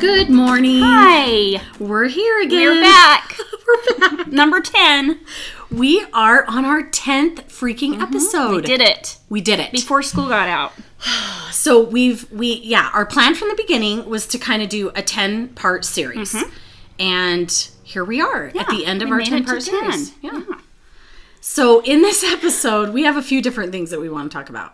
Good morning. Hi. We're here again. We're back. We're back. Number 10. We are on our 10th freaking episode. Mm-hmm. We did it We did it. before school got out. So we've we yeah, our plan from the beginning was to kind of do a 10 part series. And here we are at the end of Mm-hmm. our we made 10 it to part 10. series. Yeah. So in this episode, we have a few different things that we want to talk about.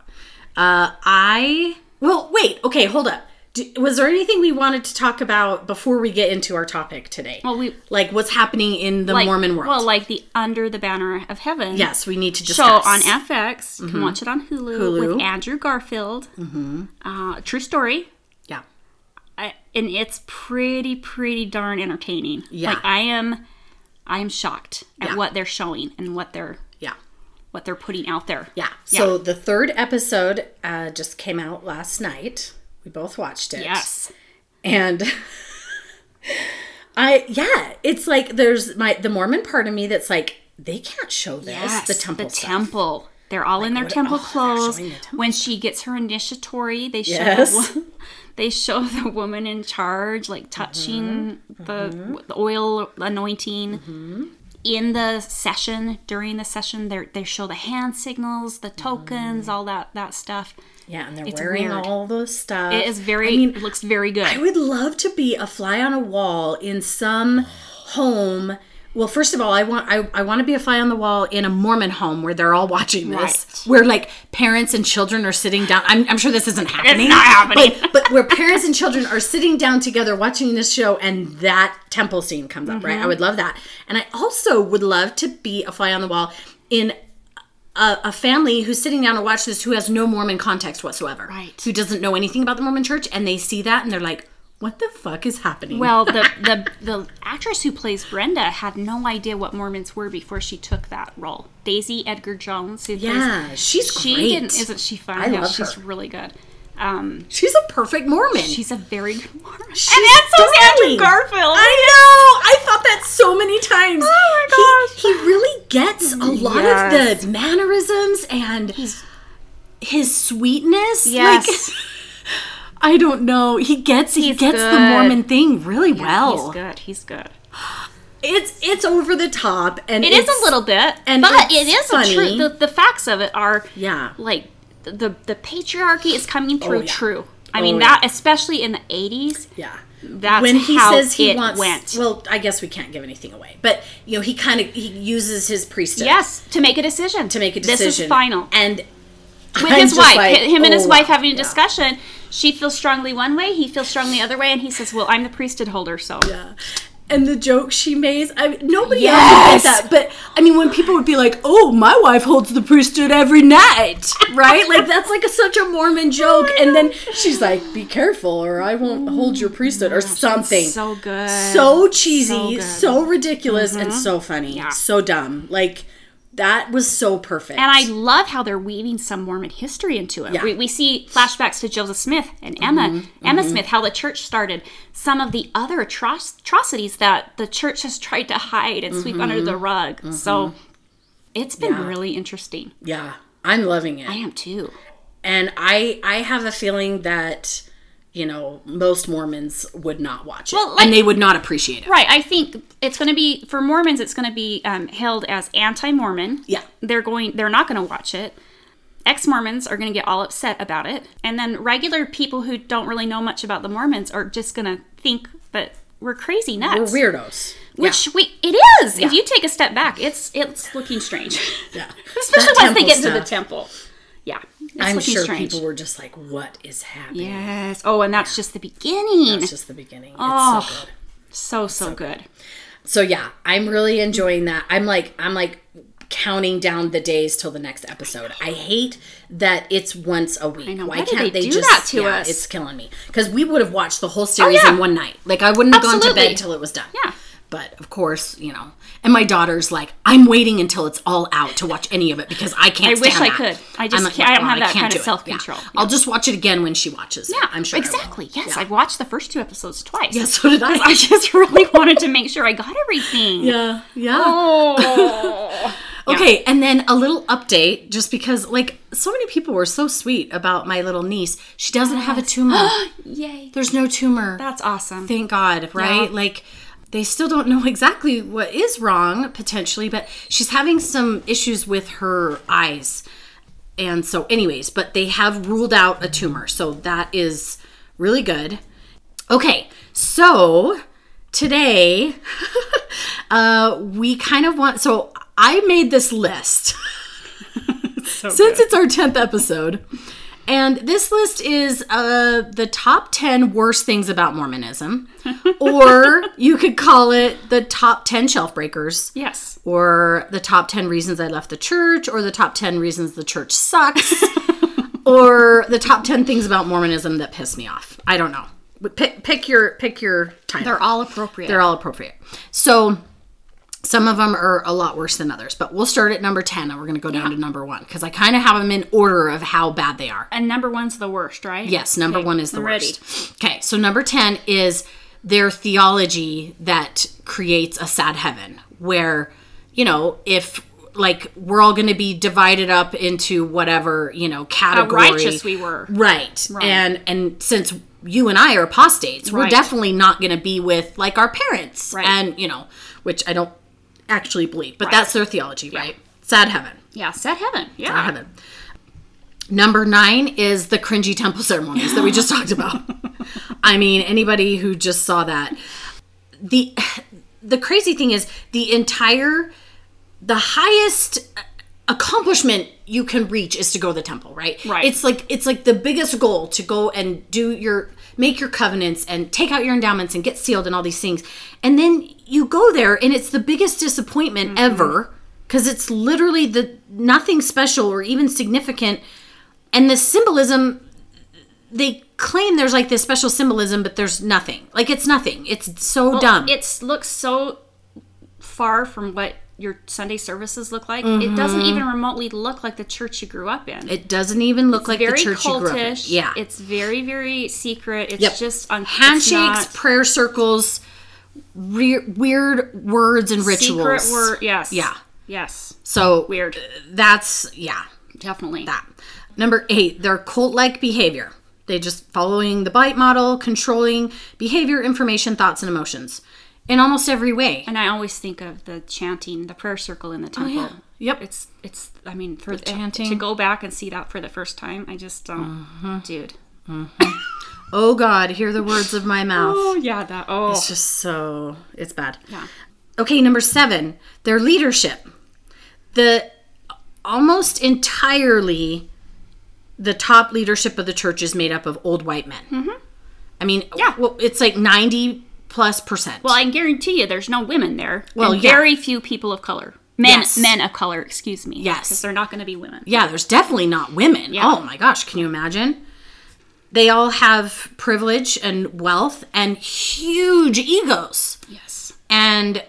Uh I well, wait. Okay, hold up. D was there anything we wanted to talk about before we get into our topic today? Well, we- like what's happening in the Like- Mormon world. Well, like the Under the Banner of Heaven. yes, we need to Show discuss. Mm-hmm. on FX. You can watch it on Hulu, Hulu. with Andrew Garfield. Mm-hmm. Uh, true story. yeah, I, and it's pretty, pretty darn entertaining. Yeah. Like I am, I am shocked at Yeah. what they're showing and what they're yeah. what they're putting out there. Yeah. So the third episode uh, just came out last night. We both watched it. Yes. And I, yeah, it's like there's my the Mormon part of me that's like they can't show this Yes, the temple. The stuff. temple. They're all in their temple oh, they're clothes. showing the temple. When she gets her initiatory, they show Yes. the, wo- they show the woman in charge like touching Mm-hmm. the the oil anointing. In the session, during the session, they they show the hand signals, the Mm-hmm. tokens, all that that stuff. Yeah, and they're wearing weird. all those stuff. It is very. I mean, it looks very good. I would love to be a fly on a wall in some home. Well, first of all, I want I, I want to be a fly on the wall in a Mormon home where they're all watching this, Right. where like parents and children are sitting down. I'm, I'm sure this isn't happening. not happening. But, but where parents and children are sitting down together watching this show, and that temple scene comes up, Mm-hmm. right? I would love that, and I also would love to be a fly on the wall in. A, a family who's sitting down to watch this who has no Mormon context whatsoever Right. who doesn't know anything about the Mormon church and they see that and they're like, what the fuck is happening? well, the, the the actress who plays Brenda had no idea what Mormons were before she took that role. Daisy Edgar Jones, who yeah, plays, she's she great. didn't. Isn't she fun? I Yeah, love she's her. really good. Um, She's a perfect Mormon. she's a very good Mormon. She's and that's so darling. Andrew Garfield. I know. I thought that so many times. Oh my He, he really gets a lot Yes. of the mannerisms and his sweetness. Yes. Like, I don't know. He gets he He's gets the good. Mormon thing really well. he's good. He's good. It's it's over the top and It is it's, a little bit, and but it's it is funny. a true. The, the facts of it are Yeah. like the the, patriarchy is coming through. yeah. True. I Oh, mean yeah. that, especially in the eighties. Yeah. That's when he how says he it wants went. well i guess we can't give anything away but you know he kind of he uses his priestess Yes, to make a decision. to make a decision This is final. and With I'm his just wife, like, him and his oh, wife having a yeah. discussion. She feels strongly one way, he feels strongly the other way, and he says, "Well, I'm the priesthood holder, so." Yeah. and the joke she makes i mean, nobody Yes! else would get that but i mean when people would be like oh my wife holds the priesthood every night right like that's like a, such a mormon joke and then she's like be careful or i won't hold your priesthood or something So good. so cheesy, so, good. Mm-hmm. ridiculous, and so funny, so dumb. Like that was so perfect. And I love how they're weaving some Mormon history into it. Yeah. Mm-hmm. We, we see flashbacks to Joseph Smith and Emma, Emma Smith, how the church started, some of the other atroc- atrocities that the church has tried to hide and sweep Mm-hmm. under the rug. So it's been really interesting. yeah, I'm loving it. I am too. and I I have a feeling that you know most Mormons would not watch it, Well, like- and they would not appreciate it. Right. I think it's going to be for Mormons. It's going to be um, held as anti-Mormon. Yeah. They're going. They're not going to watch it. Ex-Mormons are going to get all upset about it, and then regular people who don't really know much about the Mormons are just going to think that we're crazy nuts. We're weirdos. Which we it is. If you take a step back, it's it's looking strange. Yeah, Especially That once they temple get to the stuff. temple. Yeah. It's I'm looking sure strange. people were just like, "What is happening?" Yes. Oh, and that's just the beginning. It's just the beginning. It's so Oh. good. so so good. So yeah, I'm really enjoying that. I'm like I'm like counting down the days till the next episode. I hate that it's once a week. know. Why Why did can't they they, do just that to yeah, us? Oh, It's killing me because we would have watched the whole series yeah. in one night. Like I wouldn't have gone to Absolutely. bed till it was done. Yeah. But of course, you know, and my daughter's like, I'm waiting until it's all out to watch any of it because I can't. I wish stand I that." could. I just I'm like, can't- I don't "Well, have that can't kind of do it." Yeah. self-control. I'll just watch it again when she watches. it. Yeah, I'm sure I will. Exactly. Yes, Yeah. I've watched the first two episodes twice. Yeah, so did I. I just really wanted to make sure I got everything. yeah, yeah. Oh. Okay, and then a little update just because like so many people were so sweet about my little niece. She doesn't have a tumor. Yay. There's no tumor. That's awesome. Thank God, right? Yeah. Like they still don't know exactly what is wrong potentially, but she's having some issues with her eyes. And so anyways, but they have ruled out a tumor. So that is really good. Okay. So today uh we kind of want so I made this list since it's our 10th episode. And this list is uh, the top 10 worst things about Mormonism, or you could call it the top 10 shelf breakers, yes. or the top 10 reasons I left the church, or the top 10 reasons the church sucks, or the top 10 things about Mormonism that piss me off. I don't know. But Pick, pick your pick your title. They're all appropriate. They're all appropriate. So some of them are a lot worse than others, but we'll start at number 10 and we're going to go down to number one because I kind of have them in order of how bad they are. and number one's the worst, right? Yes, number one is the I'm ready. worst. Okay, so number 10 is their theology that creates a sad heaven, where, you know, if like we're all going to be divided up into whatever, you know, How category. righteous we were. Right. And and since you and I are apostates, we're Right. definitely not going to be with like our parents Right. and, you know, which I don't actually believe, but that's their theology, right? Sad heaven. Yeah, set heaven. Yeah. Sad heaven. Number 9 is the cringy temple ceremonies that we just talked about. I mean, anybody who just saw that the the crazy thing is the entire the highest accomplishment you can reach is to go to the temple right Right. it's like it's like the biggest goal to go and do your make your covenants and take out your endowments and get sealed and all these things and then you go there and it's the biggest disappointment ever because it's literally the nothing special or even significant and the symbolism they claim there's like this special symbolism but there's nothing like it's nothing it's so dumb It looks so far from what your Sunday services look like. It doesn't Mm-hmm. even remotely look like the church you grew up in. It doesn't even look like very the church you grew up in. cultish. Yeah. It's very, very secret. It's Yep. just on handshakes, prayer circles, re- weird words and rituals. secret word. Yes. Yeah. Yes. So Weird. That's yeah. Definitely. That. Number eight, their cult-like behavior. They just following the bite model, controlling behavior, information, thoughts, and emotions in almost every way. And I always think of the chanting, the prayer circle in the temple. Yep. It's it's. I mean, for Oh, chanting. Uh-huh. to go back and see that for the first time, I just don't, dude. oh God, hear the words of my mouth. Oh yeah, that. Oh, It's just so it's bad. Yeah. Okay, number seven, their leadership. The almost entirely the top leadership of the church is made up of old white men. I mean, Mm-hmm. Yeah. well, it's like ninety plus percent. Well, I guarantee you, there's no women there. Well, and yeah. very few people of color. Men, Yes. men of color. Excuse me. Yes. because they're not going to be women. yeah, there's definitely not women. Yeah. Oh my gosh, can you imagine? They all have privilege and wealth and huge egos. Yes. And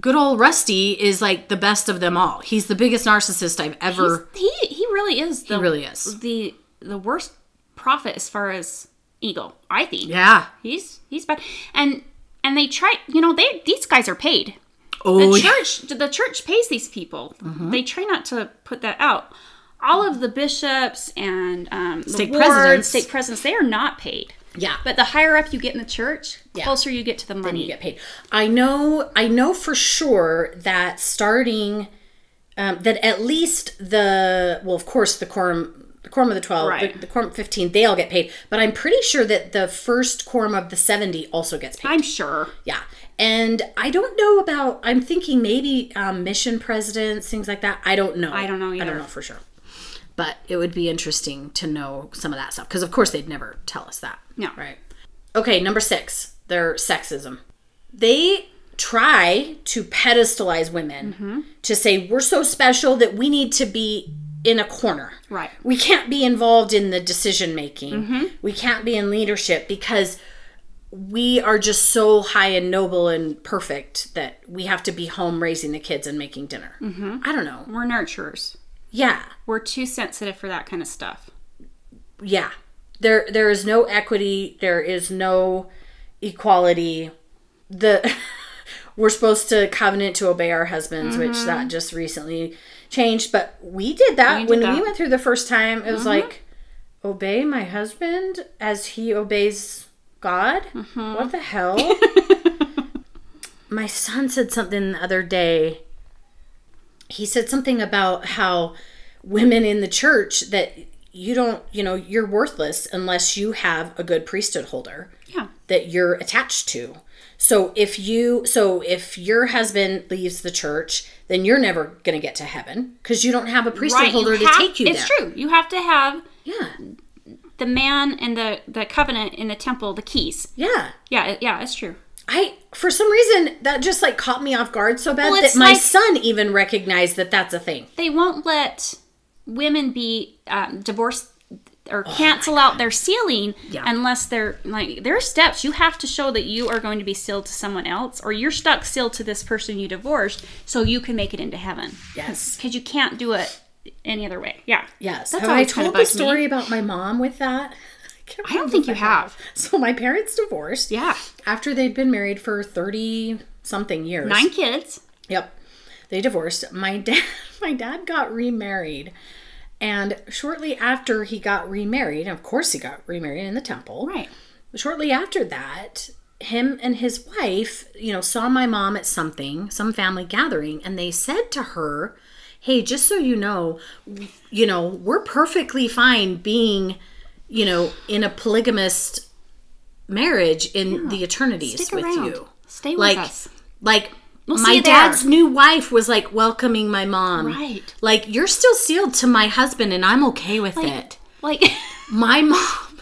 good old Rusty is like the best of them all. He's the biggest narcissist I've ever He he really is. The, he really is. the the worst prophet as far as ego. I think. Yeah. He's he's bad. And and they try. You know, they these guys are paid. Oh, the church the church pays these people Mm-hmm. they try not to put that out all of the bishops and um, the State wards, presidents. state presidents they are not paid Yeah. but the higher up you get in the church closer you get to the money you get paid. I know. I know for sure that starting, um, that at least the well, of course, the quorum, the quorum of the twelve, Right. the, the quorum of fifteen, they all get paid. But I'm pretty sure that the first quorum of the seventy also gets paid. i'm sure yeah. And I don't know about. I'm thinking maybe um, mission presidents, things like that. I don't know. I don't know I either. don't know for sure. But it would be interesting to know some of that stuff because, of course, they'd never tell us that. no Right. Okay, number six, their sexism. They try to pedestalize women to say we're so special that we need to be in a corner. Right. We can't be involved in the decision making. We can't be in leadership because we are just so high and noble and perfect that we have to be home raising the kids and making dinner. I don't know. we're nurturers Yeah. we're too sensitive for that kind of stuff yeah there there is no equity there is no equality the we're supposed to covenant to obey our husbands, Mm-hmm. which that just recently changed. But we did that did when we that. Mm-hmm. went through the first time. It was like, obey my husband as he obeys God. Mm-hmm. What the hell? my son said something the other day. He said something about how women in the church that you don't, you know, you're worthless unless you have a good priesthood holder Yeah. that you're attached to. So if you so if your husband leaves the church, then you're never going to get to heaven because you don't have a priesthood Right. holder you to have- take you there. It's true. You have to have Yeah. the man and the, the covenant in the temple, the keys. Yeah. Yeah, it- yeah, it's true. I for some reason that just like caught me off guard so bad Well, that it's my like- son even recognized that that's a thing. They won't let women be um, divorced or cancel out their sealing Yeah. unless they're like there are steps you have to show that you are going to be sealed to someone else or you're stuck sealed to this person you divorced so you can make it into heaven Yes. because you can't do it any other way yeah Yes. That's have I always kinda told the bugged me. story about my mom with that? I, can't I don't remember think if you I have. So my parents divorced. Yeah. After they'd been married for 30 something years. nine kids Yep. They divorced. My dad my dad got remarried. And shortly after he got remarried, and of course he got remarried in the temple. right Shortly after that, him and his wife, you know, saw my mom at something, some family gathering, and they said to her, "Hey, just so you know, you know, we're perfectly fine being, you know, in a polygamist marriage in the eternities Stick with around. you." stay with like us like see my you there. dad's new wife was like welcoming my mom Right. like you're still sealed to my husband and i'm okay with it like my mom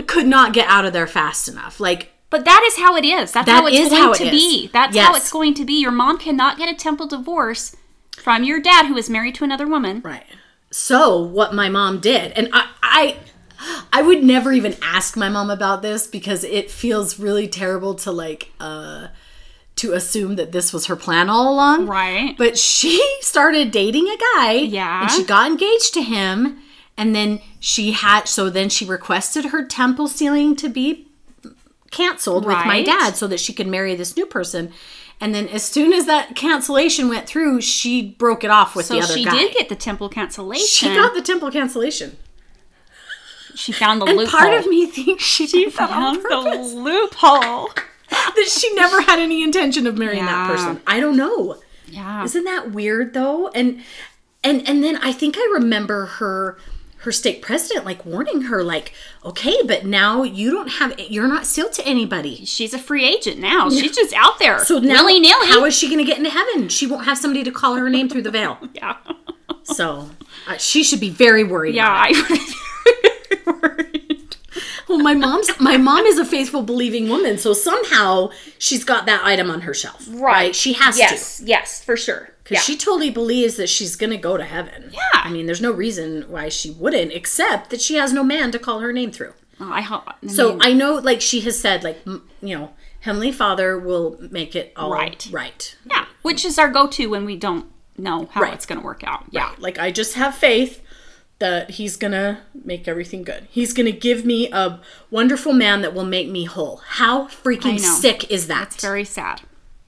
could not get out of there fast enough like but that is how it is that's That how it's is going how it to is. be that's how Yes. it's going to be your mom cannot get a temple divorce from your dad who is married to another woman right so what my mom did and i i I would never even ask my mom about this because it feels really terrible to like uh to assume that this was her plan all along. Right. But she started dating a guy. Yeah. And she got engaged to him. And then she had, so then she requested her temple ceiling to be canceled with my Right. dad so that she could marry this new person. And then as soon as that cancellation went through, she broke it off with so the other she guy. did get the temple cancellation she got the temple cancellation. She found the loophole Part of me thinks she did that on found purpose. the loophole that she never had any intention of marrying that Yeah. person. I don't know. yeah Isn't that weird though? And and and then I think I remember her her state president like warning her like, "Okay, but now you don't have you're not sealed to anybody." she's a free agent now she's just out there So now willy nilly how is she going to get into heaven? She won't have somebody to call her name through the veil. yeah So uh, she should be very worried. yeah about it. I would worried Well, my mom's my mom is a faithful believing woman, so somehow she's got that item on her shelf. Right. She has to. yes yes for sure yeah. Because she totally believes that she's going to go to heaven. Yeah. I mean, there's no reason why she wouldn't, except that she has no man to call her name through. Oh, I hope I So mean, I know, like, she has said, like, m- you know, Heavenly Father will make it all Right. right. yeah which is our go-to when we don't know how Right. it's going to work out yeah Like, I just have faith that he's going to make everything good. He's going to give me a wonderful man that will make me whole. How freaking know. sick is that? very sad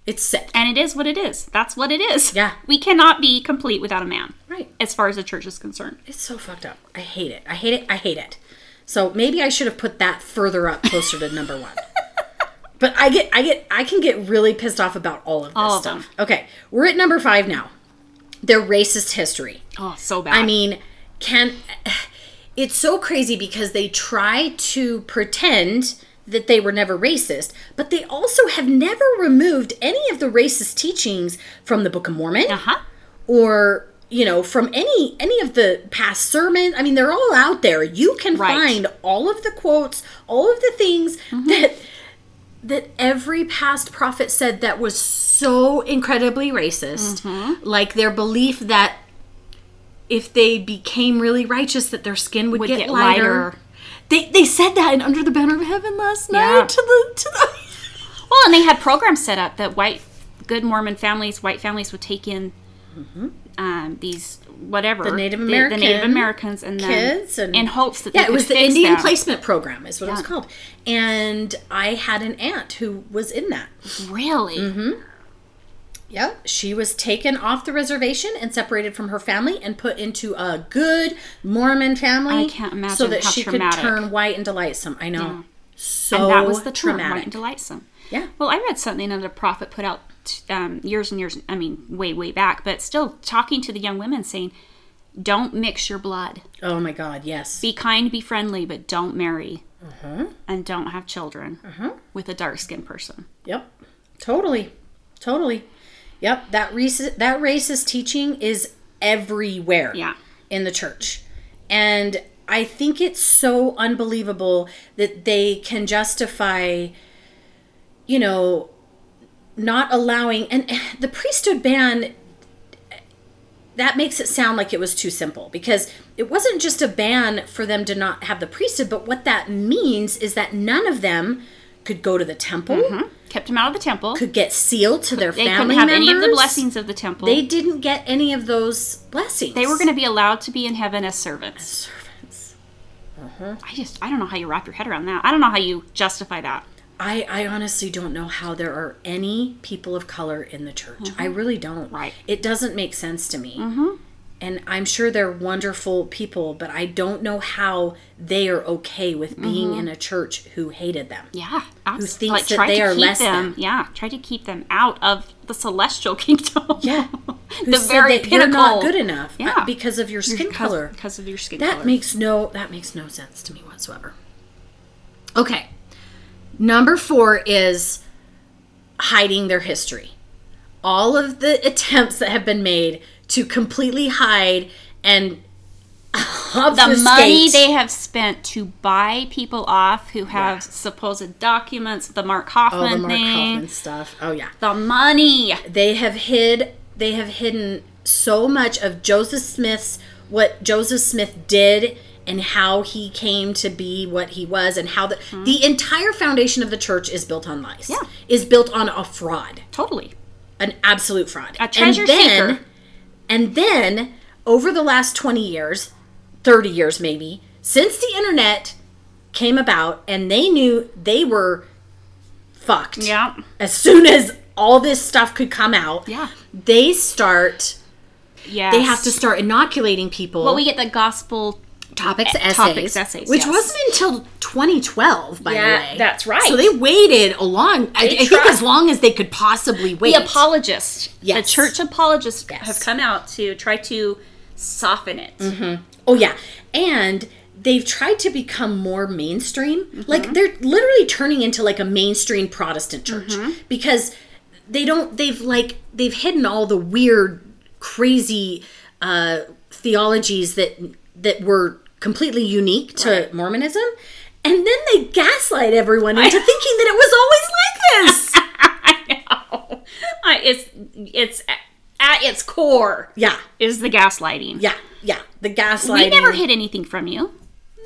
it's sick. and it is what it is that's what it is Yeah. we cannot be complete without a man Right. as far as the church is concerned It's so fucked up. I hate it. I hate it. I hate it. So maybe I should have put that further up closer to number one. But I get I get I can get really pissed off about all of this All of stuff. them. Okay. We're at number five now. Their racist history. oh so bad I mean, can it's so crazy because they try to pretend that they were never racist, but they also have never removed any of the racist teachings from the Book of Mormon uh-huh or you know from any any of the past sermons i mean they're all out there you can Right. Mm-hmm. find all of the quotes all of the things that that every past prophet said that was so incredibly racist Mm-hmm. like their belief that if they became really righteous that their skin would, Would get, get lighter, lighter. They, they said that in Under the Banner of Heaven last night Yeah. to the to the Well, and they had programs set up that white, good Mormon families, white families would take in um, these whatever the Mm-hmm. Native the Native American Americans and then- kids and in hopes that yeah, they it was could the fix Indian them. Placement Program is what it was called, and I had an aunt who was in that. Really? Mm-hmm. Yep, she was taken off the reservation and separated from her family and put into a good Mormon family. I can't imagine so that how she traumatic. could turn white and delightsome. I know, Yeah. so and that was the term, Oh, traumatic. right? Delightsome. Yeah. Well, I read something that a prophet put out t- um, years and years. I mean, way, way back, but still talking to the young women, saying, "Don't mix your blood. Oh my God, yes. Be kind, be friendly, but don't marry, Uh-huh. and don't have children with a dark-skinned person." Yep, totally, totally. Yep, that racist that racist teaching is everywhere. Yeah. in the church, and I think it's so unbelievable that they can justify, you know, not allowing and the priesthood ban that makes it sound like it was too simple because it wasn't just a ban for them to not have the priesthood, but what that means is that none of them could go to the temple Kept him out of the temple. could get sealed to their Mm-hmm. they couldn't family have members. any of the blessings of the temple. They didn't get any of those blessings. They were going to be allowed to be in heaven as servants. servants. I just, I don't know how you wrap your head around that. I don't know how you justify that. I, I honestly don't know how there are any people of color in the church. I really don't. Mm-hmm. Right. It doesn't make sense to me. Mm-hmm. And I'm sure they're wonderful people, but I don't know how they are okay with being in a church who hated them. Mm-hmm. Yeah, who thinks that they are less than. Yeah, try to keep them out of the celestial kingdom. Yeah. Who the said very that pinnacle. You're not good enough uh, Yeah. because of your skin because, color. because of your skin That color. makes no that makes no sense to me whatsoever. Okay. Number 4 is hiding their history. All of the attempts that have been made to completely hide and the obfuscate money they have spent to buy people off who have supposed documents, the Mark Hoffman all Oh, the Mark thing, Kaufman stuff. Oh yeah. the money. they have hid they have hidden so much of joseph smith's what joseph smith did and how he came to be what he was and how the, the entire foundation of the church is built on lies Hmm. Yeah. is built on a fraud Totally. an absolute fraud A treasure and then, seeker. and then over the last 20 years 30 years maybe since the internet came about and they knew they were fucked Yeah. as soon as all this stuff could come out, Yeah. they start Yeah. they have to start inoculating people Well, we get the gospel e-, topics essays, topics, essays, which yes. wasn't until 2012 by Yeah, the way. that's right. So they waited a long I, I think tried. as long as they could possibly wait. the apologists, Yes. the church apologists Yes. have come out to try to soften it. oh yeah. And they've tried to become more mainstream. Mm-hmm. Like they're literally turning into like a mainstream Protestant church Mm-hmm. because they don't they've like they've hidden all the weird crazy uh theologies that that were completely unique to Mormonism. And then they gaslight everyone into thinking that it was always like this. I- it's it's at- at its core yeah. is the gaslighting. Yeah. Yeah. The gaslighting. we never hid anything from you.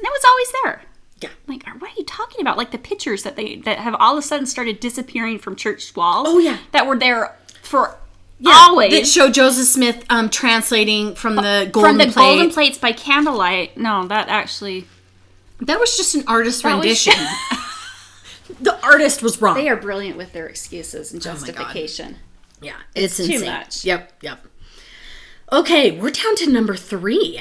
That was always there. Yeah. Like, are- what are you talking about? Like the pictures that they that have all of a sudden started disappearing from church walls. Oh, yeah. that were there for Yeah, always. that show Joseph Smith um, translating from the golden Uh, from the plate. golden plates by candlelight. No, that actually That was just an artist was- rendition. the artist was wrong. are brilliant with their excuses and my God. yeah, it's, too insane. much. Yep, yep. Okay, we're down to number three.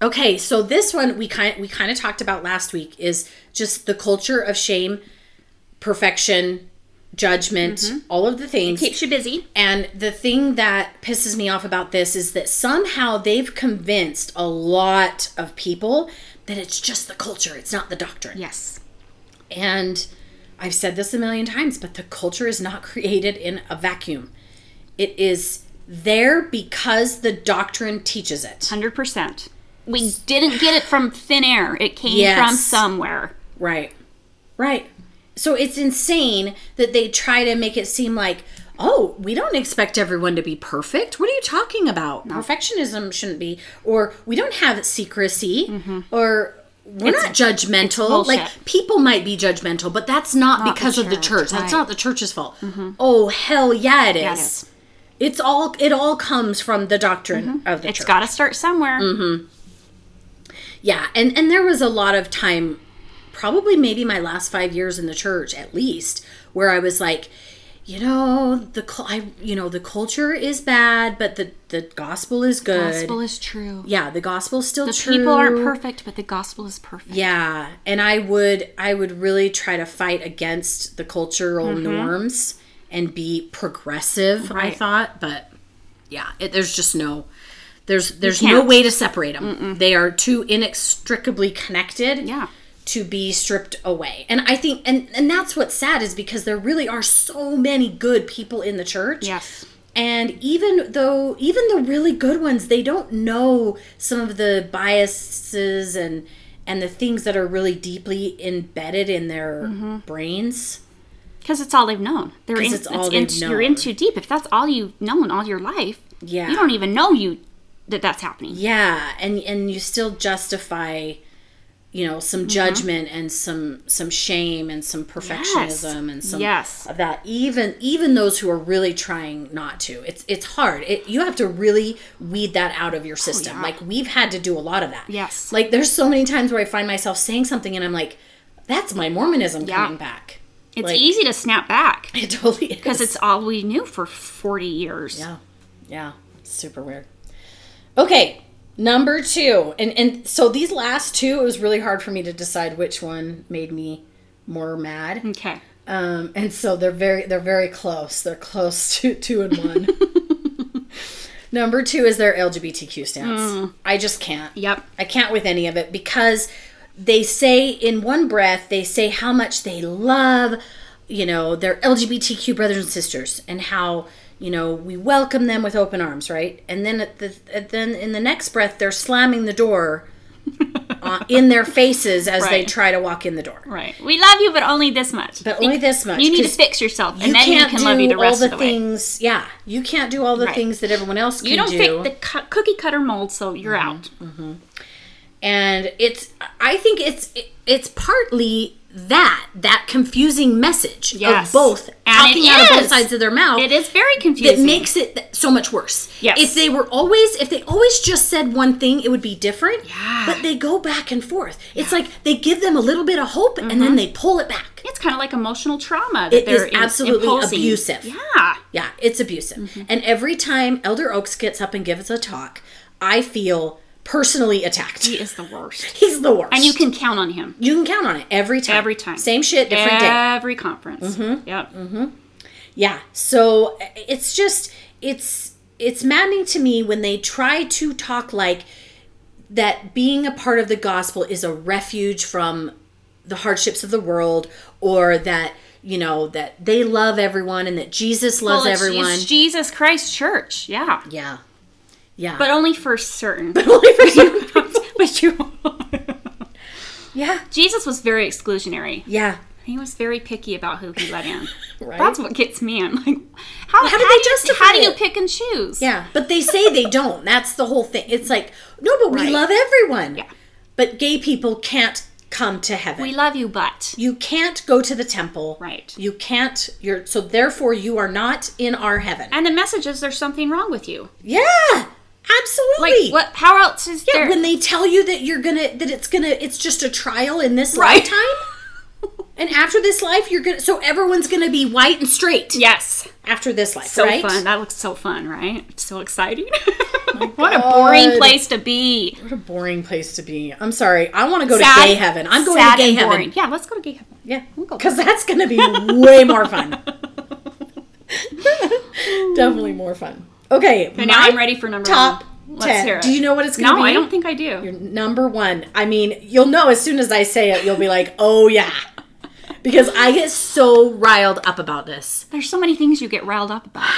Okay, so this one we kind we kind of talked about last week is just the culture of shame, perfection, judgment, Mm-hmm. all of the things. Keeps you busy. And the thing that pisses me off about this is that somehow they've convinced a lot of people that it's just the culture, it's not the doctrine. Yes. And I've said this a million times, but the culture is not created in a vacuum. It is there because the doctrine teaches it. Hundred percent. We didn't get it from thin air. It came Yes. from somewhere. Right. Right. So it's insane that they try to make it seem like, oh, we don't expect everyone to be perfect. What are you talking about? Perfectionism shouldn't be, or we don't have secrecy, or we're not judgmental. Like bullshit. people might be judgmental, but that's not, because the of the church, church. That's right. not the church's fault. Oh, hell yeah, it is. is. It's all it all comes from the doctrine of the It's church. Mm-hmm. got to start somewhere. yeah, and and there was a lot of time probably maybe my last 5 years in the church at least where I was like you know the cul- I, you know the culture is bad but the the gospel is good. Gospel is true. yeah, the gospel's still the true. people aren't perfect, but the gospel is perfect. Yeah, and I would I would really try to fight against the cultural norms and be progressive. I Mm-hmm. Right. thought, but yeah, it, there's just no there's there's no can't. way to separate them. They are too inextricably connected. Yeah. To be stripped away. And I think and and that's what's sad is because there really are so many good people in the church. Yes. And even though, even the really good ones, they don't know some of the biases and and the things that are really deeply embedded in their Mm-hmm. brains. Because it's all they've known. They're 'Cause in, it's all in, they've You're known. in too deep. If that's all you've known all your life, Yeah. you don't even know you that that's happening. Yeah, and and you still justify, you know, some Mm-hmm. judgment and some some shame and some perfectionism and some Yes. of that. Even even those who are really trying not to, it's it's hard. It, you have to really weed that out of your system. Oh, yeah. Like we've had to do a lot of that. Yes. Like there's so many times where I find myself saying something and I'm like, that's my Mormonism Yeah. coming back. It's Like- easy to snap back It totally is. because it's all we knew for 40 years. Yeah. Yeah. Super weird. Okay. Number two. And and so these last two, it was really hard for me to decide which one made me more mad. Okay. Um, and so they're very they're very close. They're close to two and one. Number two is their LGBTQ stance. I just can't. Yep. I can't with any of it because they say in one breath, they say how much they love, you know, their LGBTQ brothers and sisters and how, you know, we welcome them with open arms, right? And then at the at then in the next breath, they're slamming the door uh, in their faces as they Right. try to walk in the door. Right. We love you, but only this much. But only this much. you need to 'cause fix yourself, you and then you can't can do love you the all rest the of the way. things. Yeah, you can't do all the Right. things that everyone else can You don't do. Mm-hmm. fit the cu- cookie cutter mold, so you're out. and it's i think it's it's partly that that confusing message of Yes. both And it talking out of both is. sides of their mouth It is very that confusing. makes it th- so much worse Yes. if they were always if they always just said one thing it would be different Yeah. but they go back and forth it's like they give them a little bit of hope and Mm-hmm. then they pull it back it's kind of like emotional trauma that It they're is im- absolutely imposing. abusive. Yeah. yeah it's abusive Mm-hmm. and every time elder oaks gets up and gives a talk i feel personally attacked He is the worst. he's the worst And you can count on him you can count on it every time every time. same shit different day Mm-hmm. Every conference. Yep. Yeah. So eh, it's just it's it's maddening to me when they try to talk like that being a part of the gospel is a refuge from the hardships of the world or that you know that they love everyone and that Jesus loves Well, it's- it's everyone. Jesus Christ Church. Yeah. yeah. Yeah. But only for certain. but you. yeah. Jesus was very exclusionary. Yeah. He was very picky about who he let in. Right. That's what gets me. I'm like, how, How how, do do, they you, justify how do you it? pick and choose? Yeah, but they say they don't. That's the whole thing. It's like, no, but we Right. love everyone. Yeah. But gay people can't come to heaven. We love you, but you can't go to the temple. Right. You can't you're so therefore you are not in our heaven. and the message is there's something wrong with you. Yeah. Like Absolutely. what? How else is Yeah, there? when they tell you that you're gonna that it's gonna it's just a trial in this Right. lifetime. and after this life you're gonna so everyone's gonna be white and straight yes, after this life, so right? fun. That looks so fun, right? So exciting. what a boring God. place to be. What a boring place to be. I'm sorry. I wanna go to Sad- gay heaven. I'm going sad to gay and heaven. boring. Yeah, let's go to gay heaven. Yeah. Because that's going to be way more fun. Definitely more fun. Okay. And now I'm ready for number Top one. 10. Do you know what it's going to No, be? I don't think I do. Number one. I mean, you'll know as soon as I say it, you'll be like, oh, yeah. Because I get so riled up about this. There's so many things you get riled up about.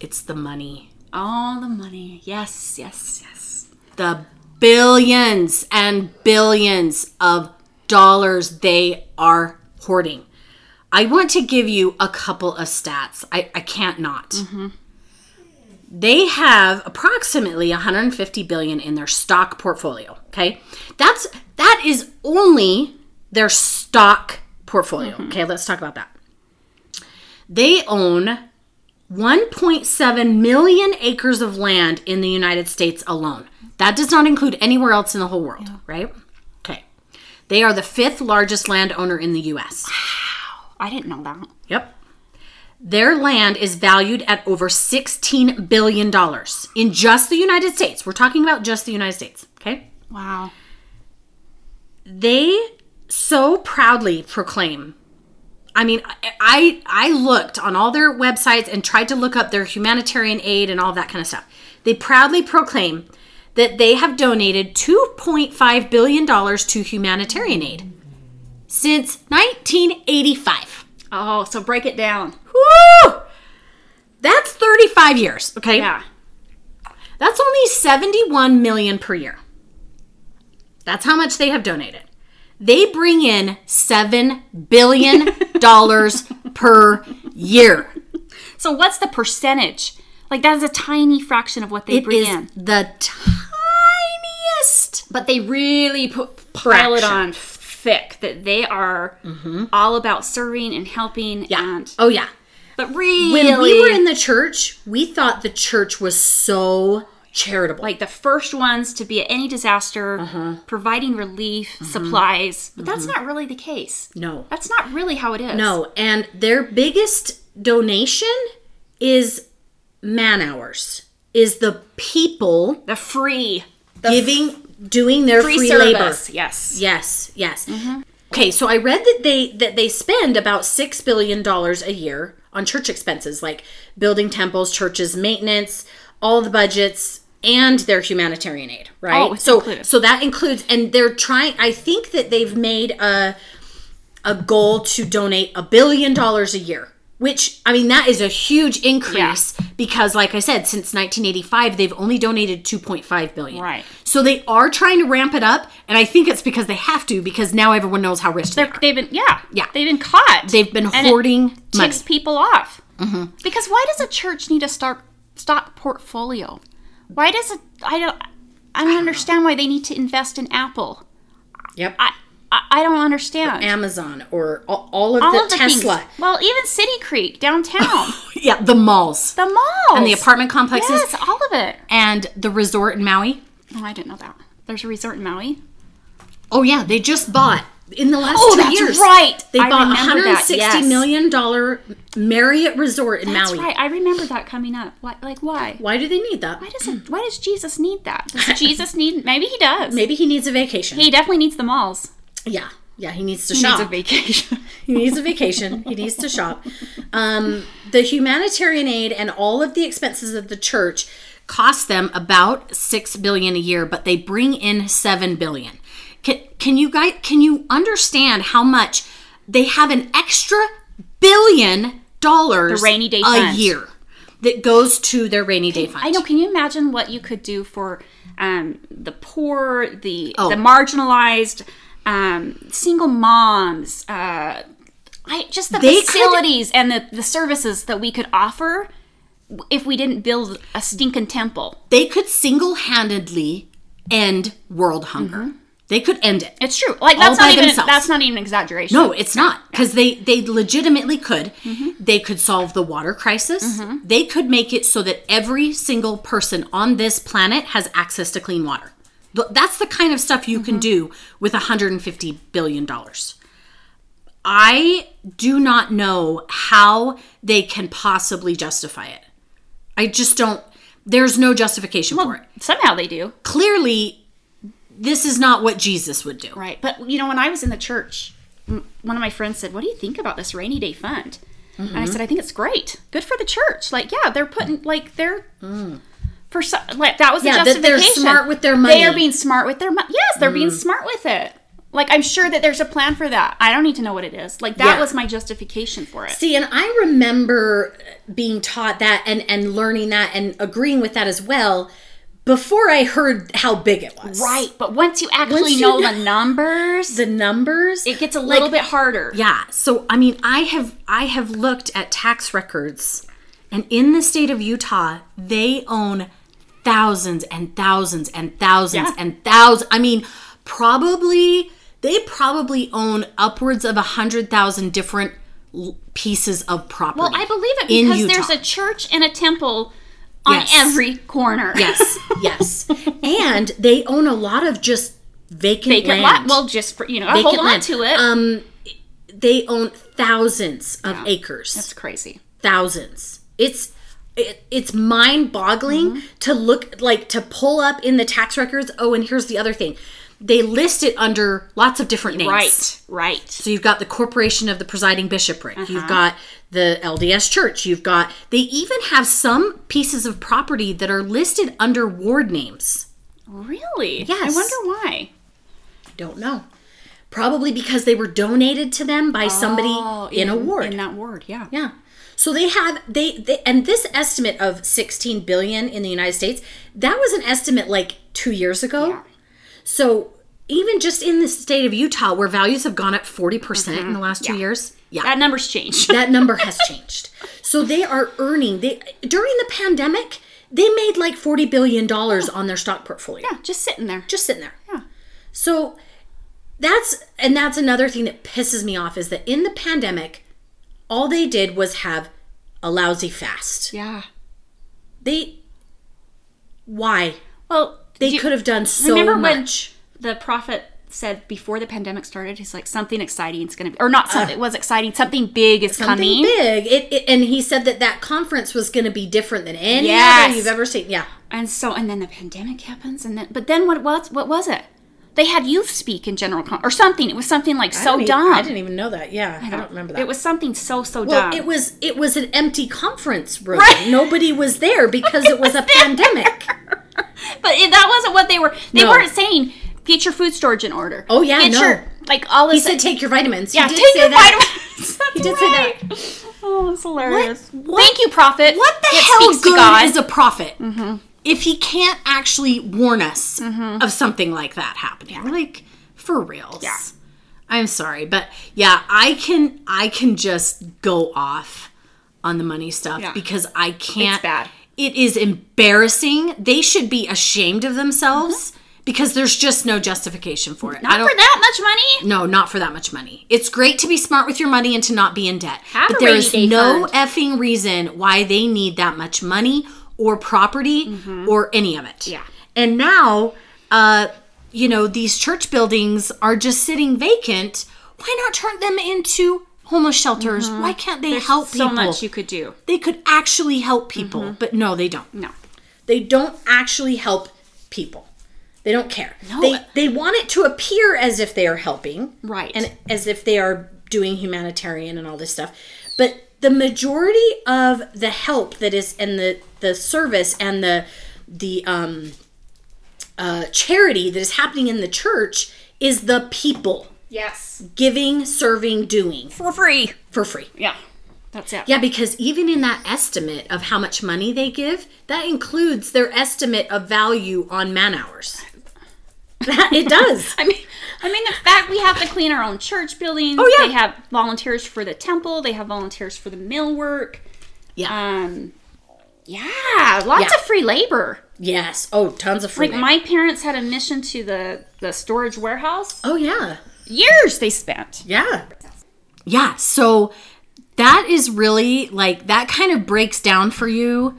It's the money. All the money. Yes, yes, yes. The billions and billions of dollars they are hoarding. I want to give you a couple of stats. I, I can't not. They have approximately 150 billion in their stock portfolio. Okay. That's that is only their stock portfolio. Okay, let's talk about that. They own 1.7 million acres of land in the United States alone. That does not include anywhere else in the whole world, right? Okay. They are the fifth largest landowner in the US. I didn't know that. Yep. Their land is valued at over $16 billion in just the United States. We're talking about just the United States, okay? Wow. They so proudly proclaim I mean, I I looked on all their websites and tried to look up their humanitarian aid and all that kind of stuff. They proudly proclaim that they have donated 2.5 billion dollars to humanitarian aid since 1985. Oh, so break it down. Woo! That's 35 years, okay? Yeah. That's only 71 million per year. That's how much they have donated. They bring in 7 billion dollars per year. So what's the percentage? Like that is a tiny fraction of what they It bring is in. the tiniest. But they really put pile it Fraction. on thick that they are all about serving and helping and Oh yeah. but really When we were in the church, we thought the church was so charitable. like the first ones to be at any disaster, Uh-huh. providing relief, Mm-hmm. supplies. But that's not really the case. no. That's not really how it is. No, and their biggest donation is man hours. Is the people The free, giving doing their free, free, labor. service. Yes. Mm-hmm. Yes, yes. Okay, so I read that they that they spend about six billion dollars a year on church expenses, like building temples, churches, maintenance, all the budgets, and their humanitarian aid. Right. Oh, it's so included. so that includes, and they're trying. I think that they've made a a goal to donate a billion dollars a year. Which I mean, that is a huge increase because, like I said, since 1985, they've only donated 2.5 billion. Right. So they are trying to ramp it up, and I think it's because they have to because now everyone knows how rich they are. They've been yeah Yeah. they've been caught. They've been And it hoarding money. Mm-hmm. ticks people off. Because why does a church need a stock stock portfolio? Why does it? I don't. I don't understand why they need to invest in Apple. Yep. I I, I don't understand. Amazon or all, all of All the of the Tesla. things. Well, even City Creek downtown, Yeah, the malls the mall, and the apartment complexes Yes, all of it. and the resort in Maui. Oh, I didn't know that. There's a resort in Maui. Oh yeah, they just bought in the last Oh, two that's years. right. They I bought a remember hundred that, sixty yes. million dollar Marriott resort in That's Maui. right. I remember that coming up. Why, like why? Why do they need that? Why does it, Why does Jesus need that? Does Jesus need? Maybe he does. Maybe he needs a vacation. He definitely needs the malls. yeah, yeah, he needs to He shop. needs a vacation. he needs a vacation. He needs to shop. Um, the humanitarian aid and all of the expenses of the church cost them about six billion a year, but they bring in seven billion. Can, can you guys can you understand how much they have an extra billion dollars The rainy day a fund. year that goes to their rainy day fund? I know. Can you imagine what you could do for um, the poor, the Oh. the marginalized, um, single moms? Uh, I just the They could- facilities and the, the services that we could offer if we didn't build a stinking temple. They could single handedly end world hunger. Mm-hmm. They could end it. It's true. Like that's by not even themselves. that's not even an exaggeration. No, it's not because they they legitimately could. They could solve the water crisis. They could make it so that every single person on this planet has access to clean water. Th- That's the kind of stuff you can do with 150 billion dollars. I do not know how they can possibly justify it. I just don't. There's no justification for it. Somehow they do. Clearly, this is not what Jesus would do. Right. But you know, when I was in the church, m- one of my friends said, "What do you think about this rainy day fund?" And Mm-hmm. I said, "I think it's great. Good for the church. Like, yeah, they're putting like they're for so, like that was Mm. Yeah, the that they're justification. smart with their They money. are Mm. being smart with their money. Yes, they're being smart with it." Like I'm sure that there's a plan for that. I don't need to know what it is. Like that Yeah. was my justification for it. See, and I remember being taught that and and learning that and agreeing with that as well before I heard how big it was. right, but once you actually Once you know know- the numbers, The numbers. it gets a little bit harder. yeah. So I mean, I have I have looked at tax records and in the state of Utah, they own thousands and thousands and thousands Yeah. and thousands. I mean, probably they probably own upwards of a hundred thousand different l- pieces of property. Well, I believe it in because Utah. there's a church and a temple on Yes. every corner. yes, yes, and they own a lot of just vacant, land. Vacant lot. Well, just for, you know, hold Vacant on land. to it. Um, they own thousands of acres. it's crazy. thousands. It's it, it's mind boggling Mm-hmm. to look like to pull up in the tax records. Oh, and here's the other thing. They list it under lots of different names. Right. Uh-huh. Right. So you've got the corporation of the presiding bishopric. You've got the LDS church. You've got they even have some pieces of property that are listed under ward names. Really? Yes. I wonder why. Don't know. Probably because they were donated to them by somebody Oh, in, a ward. In that ward, yeah. Yeah. So they have they, they and this estimate of 16 billion in the United States, that was an estimate like 2 years ago. So even just in the state of Utah where values have gone up 40% percent in the last 2 years. Mm-hmm. Yeah. That number's changed. that number has changed. So they are earning they during the pandemic, they made like 40 billion dollars on their stock portfolio. yeah, just sitting there. Just sitting there. yeah. So that's and that's another thing that pisses me off is that in the pandemic, all they did was have a lousy fast. Yeah. They why Well, they do you- could have done so remember when much. the prophet said before the pandemic started, he's like something exciting is going to be, or not something. it was exciting. Something big is Uh. Something coming. big, it, it, and he said that that conference was going to be different than any Yes. other you've ever seen. Yeah, And so, and then the pandemic happens, and then, but then what was what was it? They had youth speak in general con- or something. It was something like I so don't e- dumb. I didn't even know that. Yeah, I don't, remember that. It was something so so well, dumb. it was it was an empty conference room. Right. Nobody was there because it was a pandemic. but it, that wasn't what they were. They No. weren't saying get your food storage in order. Oh, yeah, get no. your like all He this. said, "Take your vitamins." He yeah, did take say your that. vitamins. he did say that. Oh, that's hilarious. What- Thank you, prophet. What the That hell speaks to good God. is a prophet Mm-hmm. if he can't actually warn us of something like that happening? Like for reals. Mm-hmm. Yeah. I'm sorry, but yeah, I can I can just go off on the money stuff Yeah. because I can't. bad. It is embarrassing. They should be ashamed of themselves because there's just no justification for it. I Mm-hmm. Not don't. for that much money. No, not for that much money. It's great to be smart with your money and to not be in debt. Have but a there rainy is day no fund. effing reason why they need that much money or property or any of it. Mm-hmm. Yeah. And now, uh, you know, these church buildings are just sitting vacant. Why not turn them into homeless shelters? Why can't they help Mm-hmm. so people? much you Mm-hmm. could do. they could actually help people, but no, they don't No. they don't actually help people. They don't care. They they want it to appear as if they are helping, Right. And as if they are doing humanitarian and all this stuff. But the majority of the help that is and the the service and the the um uh charity that is happening in the church is the people Yes. giving, serving, doing For free. for free. Yeah. That's it. Yeah, because even in that estimate of how much money they give, that includes their estimate of value on man hours. That it does. I mean, I mean the fact we have to clean our own church buildings. Oh, yeah. They have volunteers for the temple. They have volunteers for the mill work. Yeah. Um, yeah, lots Yeah. of free labor. yes. Oh, tons of free. Like labor. my parents had a mission to the the storage warehouse. oh yeah. Years they spent. Yeah. Yeah. So that is really like that kind of breaks down for you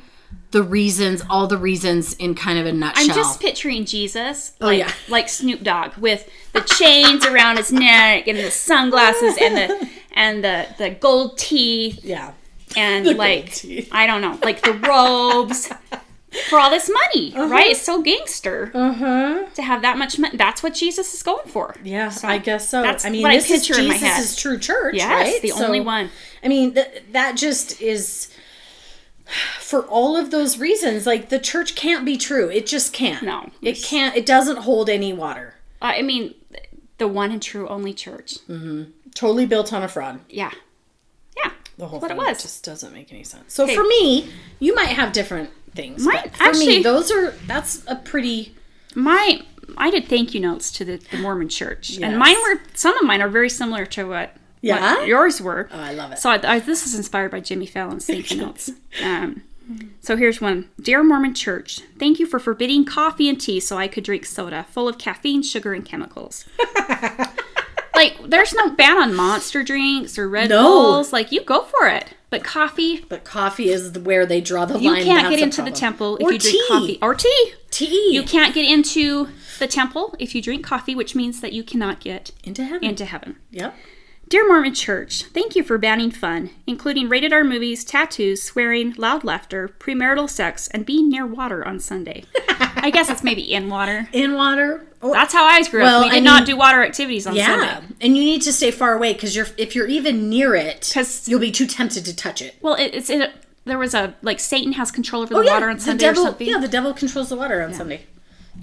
the reasons, all the reasons in kind of a nutshell. I'm just picturing Jesus, like, Oh, yeah. like Snoop Dogg, with the chains around his neck and the sunglasses and the and the the gold teeth yeah. and like teeth. I don't know, like the robes for all this money, Uh-huh. right? It's so gangster to have that much money. That's what Jesus is going for. Yeah, I guess Mm-hmm. so. that's I mean, what I this is picture in my head. Jesus' true church, Yes, right? the only one. I mean, th- that just is for all of those reasons. Like the church can't be true; it just can't. No. it can't. It doesn't hold any water. Uh, I mean, the one and true only church. Mm. Totally built on a fraud. Yeah, yeah. The whole what thing it was. just doesn't make any sense. So for me, you might have different things. Mine- but for me, actually- those are that's a pretty my I did thank you notes to the, the Mormon Church, and mine were some of mine are very similar to what. Yeah? what yours were. Oh, I love it. So I, I, this is inspired by Jimmy Fallon's thank you notes. Um, so here's one. Dear Mormon Church, thank you for forbidding coffee and tea so I could drink soda, full of caffeine, sugar, and chemicals. like there's no ban on monster drinks or Red No. Bulls. Like you go for it, but coffee But coffee is where they draw the you line. can't That's get a into the problem. temple if Or you drink tea. coffee or tea. Tea. You can't get into the temple if you drink coffee, which means that you cannot get into heaven. into heaven. yep. Dear Mormon Church, thank you for banning fun, including rated R movies, tattoos, swearing, loud laughter, premarital sex, and being near water on Sunday. I guess it's maybe in water. In water. Oh, Or, That's how I grew Well, up. We I did not mean- do water activities on yeah. Sunday. And you need to stay far away because you're if you're even near it, 'Cause- you'll be too tempted to touch it. Well, it, it's it, there was a like Satan has control over the Oh, yeah, water on Sunday the or devil, something. Yeah, the devil controls the water on Sunday.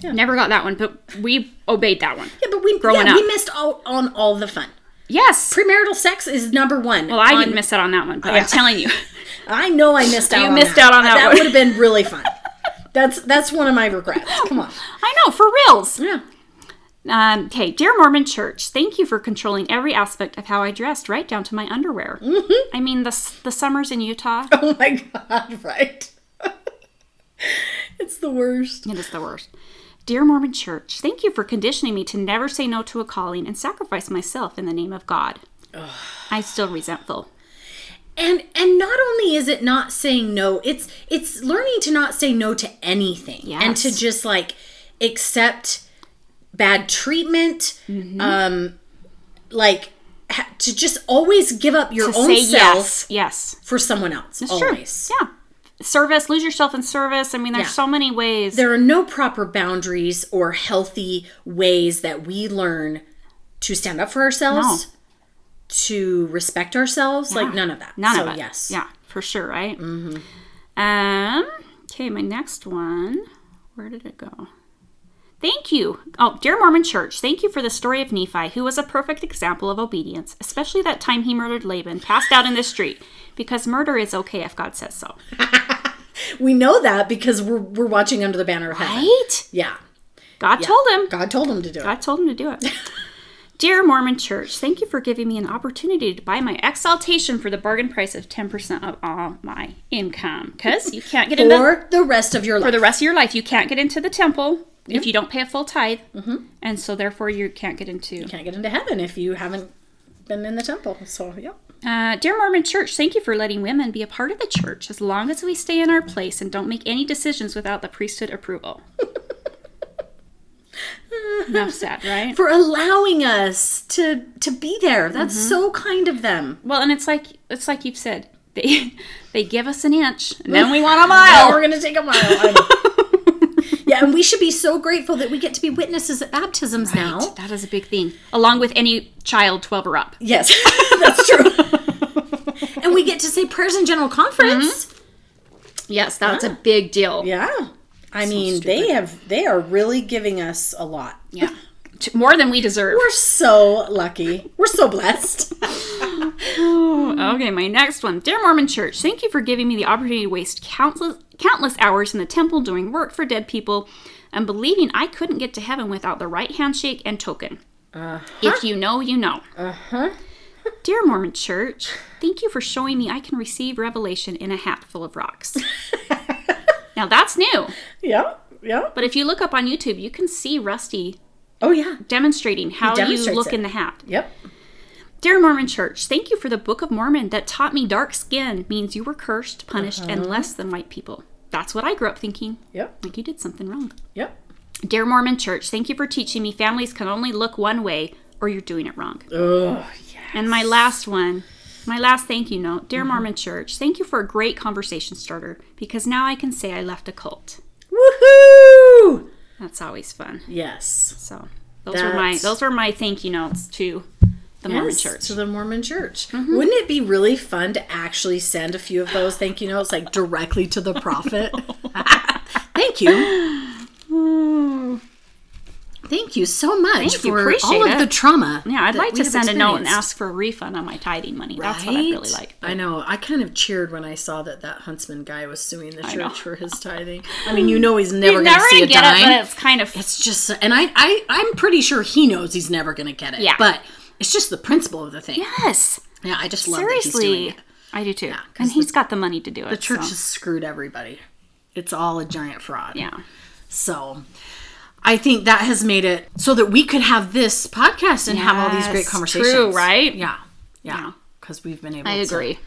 Never got that one, but we obeyed that one. Yeah, but we Growing yeah, up. we missed out on all the fun. Yes. Premarital sex is number one. well, I on- didn't miss out on that one, but I'm telling you. I know I missed out. You on missed that. out on that one. That would have been really fun. That's that's one of my regrets. Come on. I know, for reals. Yeah. Um, okay, dear Mormon Church, thank you for controlling every aspect of how I dressed, right down to my underwear. Mm-hmm. I mean, the s- the summers in Utah, Oh my god. Right. it's the worst. it is the worst. Dear Mormon Church, thank you for conditioning me to never say no to a calling and sacrifice myself in the name of God. I'm still resentful. And and not only is it not saying no, it's it's learning to not say no to anything and to Yes. just like accept bad treatment, Mm-hmm. um, like ha- to just always give up your own Say self yes, yes. for someone else. It's true. always. Yeah. Service, lose yourself in service. I mean, there's Yeah. so many ways. There are no proper boundaries or healthy ways that we learn to stand up for ourselves, to respect ourselves. Like none of that. None so, of it. Yes. Yeah, for sure, right? Mm-hmm. Um. Okay, my next one. Where did it go? Thank you. Oh, dear Mormon Church, thank you for the story of Nephi, who was a perfect example of obedience, especially that time he murdered Laban, passed out in the street, because murder is okay if God says so. We know that because we're we're watching under the banner of heaven. Right? Yeah. God told him. God told him to do it. God told him to do it. Dear Mormon Church, thank you for giving me an opportunity to buy my exaltation for the bargain price of 10% of all my income. Because you can't get into for the rest of your life. for the rest of your life. You can't get into the temple if you don't pay a full tithe, and so therefore you can't get into. Can't get into heaven if you haven't been in the temple. So, yeah. Uh, Dear Mormon Church, thank you for letting women be a part of the church as long as we stay in our place and don't make any decisions without the priesthood approval. Enough said, right? For allowing us to to be there. That's so kind of them. Well, and it's like it's like you've said they they give us an inch, and then we want a Now mile. we're going to take a mile. I know. yeah, and we should be so grateful that we get to be witnesses at baptisms now. That is a big thing, along with any child twelve or up. Yes, that's true. and we get to say prayers in general conference. Yes, that's a big deal. Mm-hmm. Yeah. I mean, they have they are really giving us a lot. Yeah. T- More than we deserve. We're so lucky. We're so blessed. Okay, my next one. Dear Mormon Church, thank you for giving me the opportunity to waste countless countless hours in the temple doing work for dead people and believing I couldn't get to heaven without the right handshake and token. Uh-huh. If you know, you know. Uh-huh. Dear Mormon Church, thank you for showing me I can receive revelation in a hat full of rocks. now that's new. yeah. Yeah. But if you look up on YouTube, you can see Rusty Oh yeah. demonstrating how you demonstrates look it. in the hat. Yep. Dear Mormon Church, thank you for the Book of Mormon that taught me dark skin means you were cursed, punished, and less than white people. That's what I grew up thinking. Uh-huh. Yep. Like you did something wrong. Yep. Dear Mormon Church, thank you for teaching me families can only look one way or you're doing it wrong. Oh yeah. And my last one, my last thank you note. Dear Mormon Church, thank you for a great conversation starter because now I can say I left a cult. Woohoo! That's always fun. Yes. So those were my That's- those were my thank you notes to the Mormon Yes, Church. Mm-hmm. To the Mormon Church. Wouldn't it be really fun to actually send a few of those thank you notes like directly to the prophet? thank you. Hmm. Thank you so much you, for appreciate all of it. the trauma. Yeah, I'd that like to we've send a note and experienced. ask for a refund on my tithing money. That's what I really Right? like. I know. I kind of cheered when I saw that that huntsman guy was suing the know. church for his tithing. I mean, you know he's never going never to see a get dime. it, but it's kind of It's just, and I, I, I'm pretty sure he knows he's never going to get it. Yeah. But it's just the principle of the thing. Yeah, yes. I just love that he's doing Seriously, it. I do too. and 'cause he's got the money to do it. The church so, has screwed everybody. It's all a giant fraud. yeah. So, I think that has made it so that we could have this podcast and have all these great Yes, conversations. true, right? Yeah. Yeah. Yeah. Because we've been able I to- agree.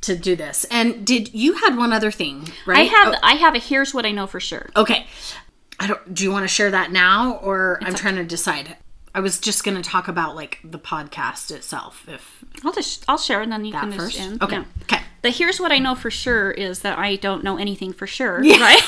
To, do this. And did you had one other thing, right? I have I have a here's what I know for sure. Oh, okay. I don't do you want to share that now or I'm trying to decide. I was just gonna talk about like the podcast itself if I'll just I'll share and then you can at just first. end. Okay. Yeah. Okay. The here's what I know for sure is that I don't know anything for sure. Right?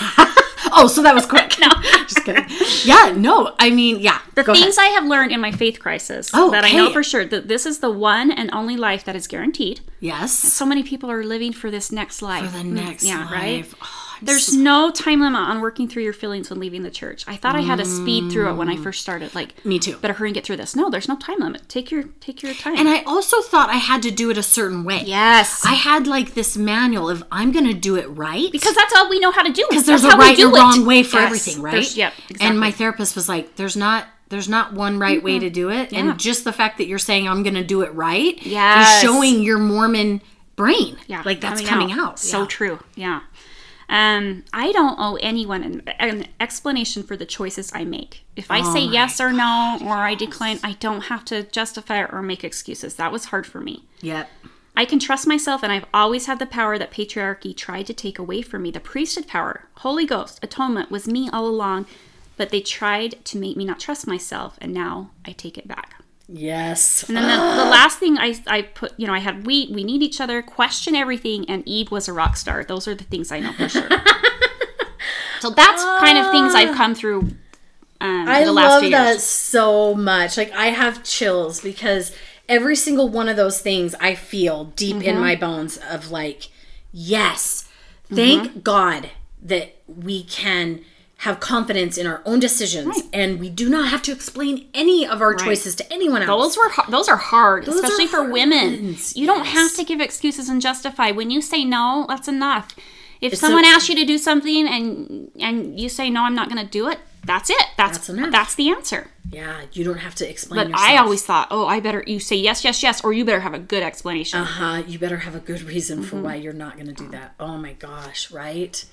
Oh, so that was quick. no. just kidding. Yeah, no, I mean, yeah. The Go ahead. things I have learned in my faith crisis Oh, that I know okay. for sure that this is the one and only life that is guaranteed. Yes. So many people are living for this next life. Mm, The next yeah, right? life. Oh, I'm There's no time limit on working through your feelings when leaving the church. I thought I had to speed through it when I Mm. first started. Like Me too. Better hurry and get through this. No, there's no time limit. Take your take your time. And I also thought I had to do it a certain way. yes, I had like this manual of I'm going to do it right. because that's all we know how to do. Because there's a right and wrong way for everything, right? Yep. And my therapist was like, there's not. There's not one right way to do it. Yeah. And just the fact that you're saying I'm going to do it right Yes. is showing your Mormon brain. Like that's coming, out. So Yeah. true. Yeah. Um, I don't owe anyone an, an explanation for the choices I make. If I Oh say yes or no or I decline, I don't have to justify it or make excuses. That was hard for me. Yep. I can trust myself, and I've always had the power that patriarchy tried to take away from me the priesthood power, Holy Ghost, atonement was me all along, but they tried to make me not trust myself, and now I take it back. Yes. And then the, the last thing I, I put, you know, I had we, we need each other, question everything, and Eve was a rock star. Those are the things I know for sure. so that's kind of things I've come through um, I the last love few that years. so much. Like I have chills because every single one of those things I feel deep Mm-hmm. in my bones of like, yes, thank Mm-hmm. God that we can have confidence in our own decisions and we do not have to explain any of our choices to anyone else. Those were har- those are hard, especially are for hard women. ones, You don't have to give excuses and justify. When you say no, that's enough. If someone a- asks you to do something and and you say no, I'm not going to do it. That's it. That's That's enough. that's, the answer. yeah, you don't have to explain But yourself. I always thought, oh, I better you say yes, yes, yes, or you better have a good explanation. uh-huh, you better have a good reason for Mm-hmm. why you're not going to do that. Oh my gosh, right?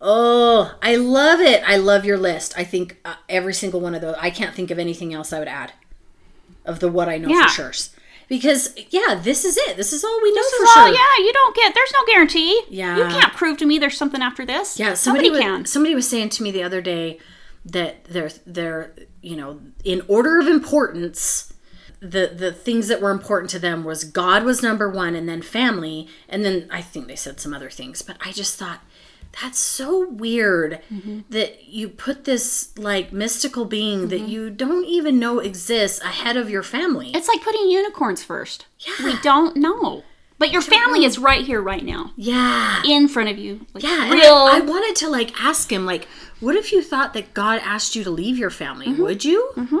Oh, I love it. I love your list. I think uh, every single one of those. I can't think of anything else I would add of the what I know Yeah. for sure. Because yeah, this is it. This is all we know This for is all- sure. yeah, you don't get. There's no guarantee. Yeah. you can't prove to me there's something after this. Yeah, somebody somebody was, can. Somebody was saying to me the other day that they're they're you know in order of importance. The, the things that were important to them was God was number one and then family and then I think they said some other things but I just thought that's so weird Mm-hmm. that you put this like mystical being that Mm-hmm. you don't even know exists ahead of your family It's like putting unicorns first. Yeah. We don't know. But your family is right here, right now, yeah in front of you. Like, Yeah, and real. I, I wanted to like ask him, like, what if you thought that God asked you to leave your family? Would you Mm-hmm.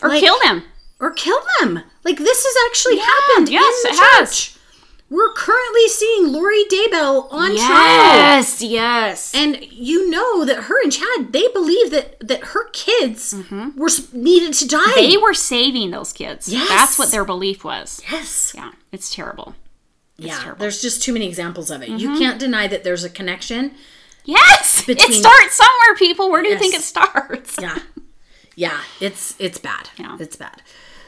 or like- kill them. or kill them? Like this has actually happened yes, in the it has. church. We're currently seeing Lori Daybell on trial, Yes, yes. and you know that her and Chad they believe that that her kids were s- needed to die. Mm-hmm. they were saving those kids. Yes. That's what their belief was. yes, Yeah, it's terrible. yeah. terrible. Mm-hmm. There's just too many examples of it. You can't deny that there's a connection. Yes, Between- it starts somewhere, people. Where do you think it Yes. starts? yeah yeah it's it's bad Yeah. it's bad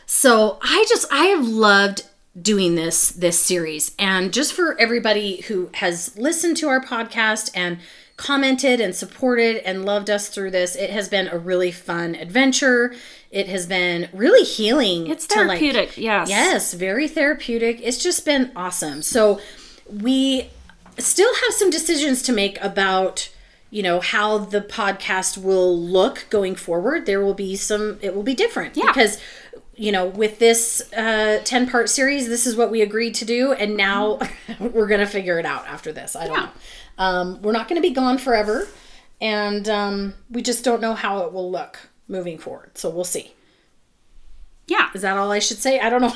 so i just i have loved doing this this series and just for everybody who has listened to our podcast and commented and supported and loved us through this it has been a really fun adventure it has been really healing It's therapeutic. yes. Yes, very therapeutic. It's just been awesome. So we still have some decisions to make about you know how the podcast will look going forward there will be some it will be different Yeah. because you know with this uh 10 part series this is what we agreed to do and now we're gonna figure it out after this i don't Yeah. know um we're not gonna be gone forever and um we just don't know how it will look moving forward so we'll see Yeah. is that all I should say? I don't know.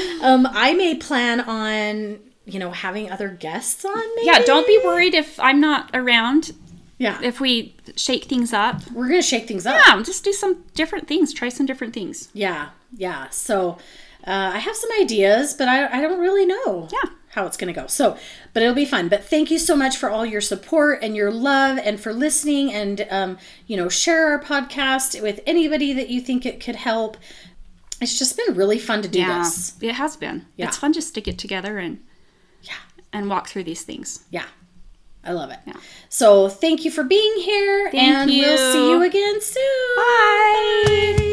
um, I may plan on you know having other guests on. Maybe? Yeah, don't be worried if I'm not around. Yeah, If we shake things up, we're gonna shake things up. yeah, just do some different things. Try some different things. Yeah, yeah. So uh, I have some ideas, but I I don't really know. Yeah. how it's going to go. So, but it'll be fun. But thank you so much for all your support and your love and for listening and, um, you know, share our podcast with anybody that you think it could help. It's just been really fun to do Yeah, this. it has been. It's fun just to get together and Yeah. and walk through these things. Yeah. I love it. Yeah. So thank you for being here Thank and we'll see you. you again soon. Bye.